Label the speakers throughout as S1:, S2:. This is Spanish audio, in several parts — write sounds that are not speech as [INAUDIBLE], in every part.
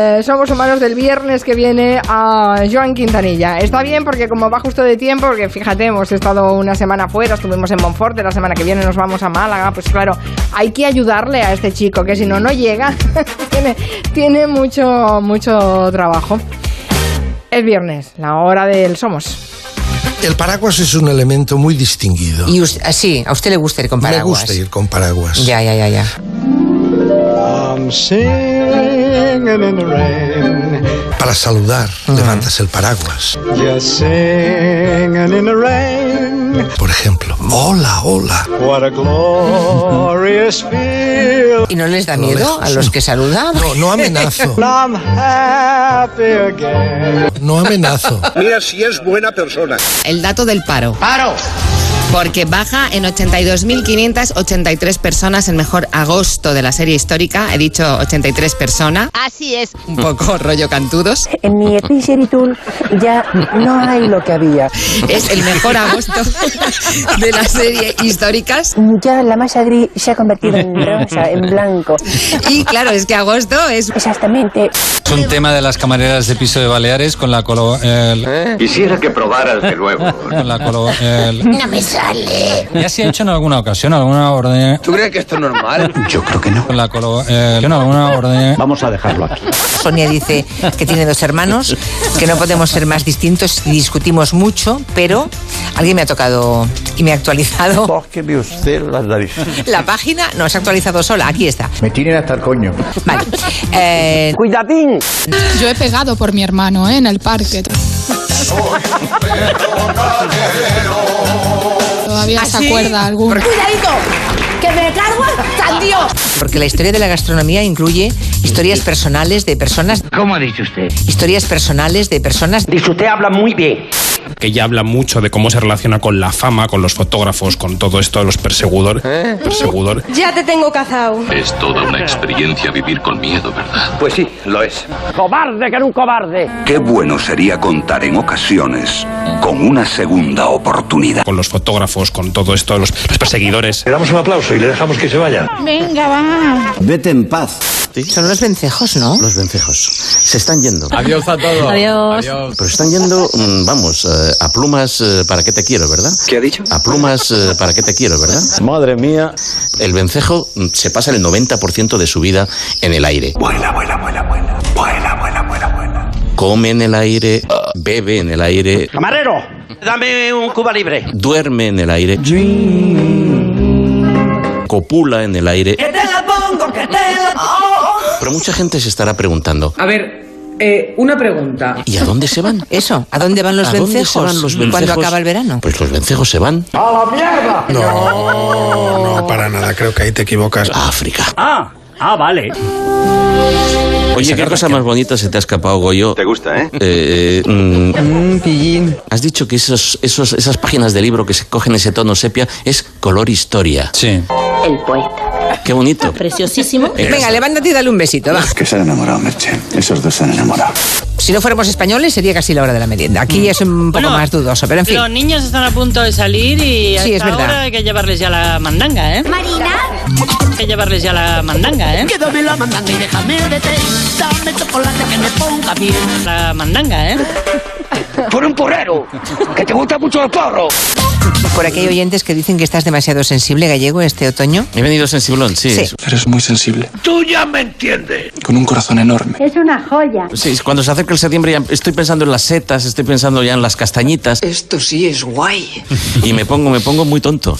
S1: Eh, somos humanos del viernes que viene a Joan Quintanilla. Está bien porque como va justo de tiempo, porque fíjate, hemos estado una semana fuera, estuvimos en Monforte, la semana que viene nos vamos a Málaga, pues claro, hay que ayudarle a este chico, que si no, no llega. [LAUGHS] tiene, tiene mucho, mucho trabajo. Es viernes, la hora del Somos.
S2: El paraguas es un elemento muy distinguido.
S3: Y us- ah, sí, a usted le gusta ir con
S2: Me
S3: paraguas.
S2: gusta ir con paraguas.
S3: Ya, ya, ya, ya.
S4: I'm singing in the rain,
S2: Para saludar, levantas el paraguas.
S4: just singing in the rain.
S2: Por ejemplo, hola, hola.
S4: What a glorious feel.
S3: ¿Y no les da
S2: Lo
S3: miedo
S2: lejos,
S3: a los que saludan?
S2: No, no
S3: [LAUGHS]
S2: amenazo,
S4: I'm happy again.
S2: no amenazo.
S5: Mira si es buena persona.
S6: el dato del paro. ¡Paro! Porque baja en 82.583 personas el mejor agosto de la serie histórica. He dicho 83 personas. Así es. Un poco [LAUGHS] rollo cantudos.
S7: En mi Epiceritul ya no hay lo que había.
S6: Es el mejor agosto [LAUGHS] de la serie históricas.
S7: Ya la masa gris se ha convertido en rosa, en blanco.
S6: Y claro, es que agosto es...
S7: Exactamente.
S8: Es un tema de las camareras de piso de Baleares con la colo... el-
S5: Quisiera que probaras de nuevo.
S8: con la colo- el- No me sale. Ya se ha hecho en alguna ocasión, alguna orden...
S5: [LAUGHS] ¿Tú crees que esto es normal? Yo creo que no.
S8: Con la colo... el- en alguna orden...
S5: Vamos a dejarlo aquí.
S3: Sonia dice que tiene dos hermanos, que no podemos ser más distintos y discutimos mucho, pero alguien me ha tocado y me ha actualizado
S5: Bósqueme usted las narices.
S3: la página. No, se ha actualizado sola, aquí está.
S5: Me tienen hasta el coño.
S3: Vale. Eh,
S9: Yo he pegado por mi hermano ¿eh? en el parque. Todavía
S3: ¿Ah,
S9: se acuerda alguno.
S3: porque la historia de la gastronomía incluye historias personales de personas,
S10: ¿Cómo ha dicho usted?
S3: historias personales de personas
S10: Dice usted habla muy bien.
S8: Que ya habla mucho de cómo se relaciona con la fama, con los fotógrafos, con todo esto de los perseguidores. Perseguidor.
S7: Ya te tengo cazado.
S5: Es toda una experiencia vivir con miedo, ¿verdad? Pues sí, lo es.
S10: ¡Cobarde que era un cobarde!
S5: Qué bueno sería contar en ocasiones con una segunda oportunidad.
S8: Con los fotógrafos, con todo esto de los, los perseguidores.
S4: Le damos un aplauso y le dejamos que se vaya.
S5: Vete en paz.
S3: son los vencejos, ¿no?
S5: Los vencejos se están yendo.
S8: Adiós a todos.
S7: Adiós.
S5: Pero están yendo, mm, vamos, eh, a plumas eh, para qué te quiero, ¿verdad? ¿Qué ha dicho? A plumas eh, para qué te quiero, ¿verdad? Madre mía. El vencejo mm, se pasa el 90% de su vida en el aire. Vuela, vuela, vuela, vuela. Vuela, vuela, vuela, vuela. Come en el aire, bebe en el aire,
S10: ¡Camarero! Dame un Cuba libre.
S5: duerme en el aire, copula en el aire.
S10: ¡Que te la pongo, que te la
S5: Pero mucha gente se estará preguntando,
S10: A ver, eh, una pregunta.
S5: ¿y a dónde se van?
S3: Eso, ¿a dónde van [LAUGHS] los
S5: ¿A dónde
S3: vencejos
S5: se van los
S3: cuando
S5: vencejos?
S3: acaba el verano?
S5: Pues los vencejos se van
S2: No, no, para nada, creo que ahí te equivocas.
S5: a África.
S10: Ah, ah, vale.
S5: Oye, qué cosa más bonita se te ha escapado, Goyo. Te gusta, ¿eh? eh, mm, Has dicho que esos, esos, esas páginas de libro que se cogen ese tono sepia es color historia.
S8: Sí.
S7: El poeta.
S5: Qué bonito.
S7: Preciosísimo.
S3: Venga, levántate y dale un besito, va.
S5: Que se han enamorado, Merche. Esos dos se han enamorado.
S3: Si no fuéramos españoles sería casi la hora de la merienda. Aquí es un poco más dudoso, pero en fin.
S7: Los niños están a punto de salir y a
S3: Sí, es
S7: esta
S3: verdad.
S7: hora hay que llevarles ya la mandanga, ¿eh? Marina. Hay que llevarles ya la mandanga, ¿eh? Que dame la mandanga y déjame de té. Dame chocolate que me ponga bien. La mandanga, ¿eh?
S10: ¡Por un porrero! ¡Que te gusta mucho el porro!
S3: Por aquí hay oyentes que dicen que estás demasiado sensible, gallego, este otoño.
S5: He venido sensiblón, sí.
S3: Sí.
S5: es-
S8: Eres muy sensible. Tú ya me entiendes. Con un corazón enorme.
S7: Es una joya.
S5: sí, es cuando se acerca el septiembre ya estoy pensando en las setas, estoy pensando ya en las castañitas
S10: Esto sí es guay.
S5: y me pongo, me pongo muy tonto.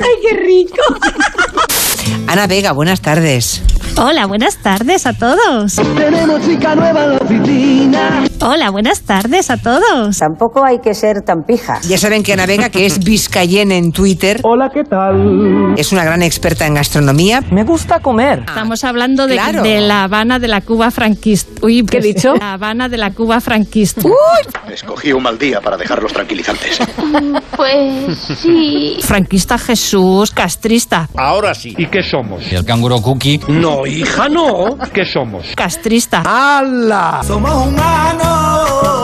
S3: Ana Vega, buenas tardes.
S7: Hola, buenas tardes a todos. Tenemos chica nueva en la oficina. Hola, buenas tardes a todos.
S6: Tampoco hay que ser tan pija.
S3: Ya saben que Ana Vega, que es vizcayena en Twitter. Hola, ¿qué tal? Es una gran experta en gastronomía. Me gusta comer.
S1: Ah,
S7: Estamos hablando de,
S3: Claro.
S7: de la Habana de la Cuba franquista. Uy, ¿qué he dicho? La Habana de la Cuba franquista.
S5: Escogí un mal día para dejarlos tranquilizantes.
S7: Franquista Jesús, castrista,
S10: Ahora sí. ¿Y qué somos?
S8: Y el canguro cookie.
S10: No, hija, no. ¿Qué somos?
S7: castrista.
S8: ¡Hala!
S4: Somos humanos.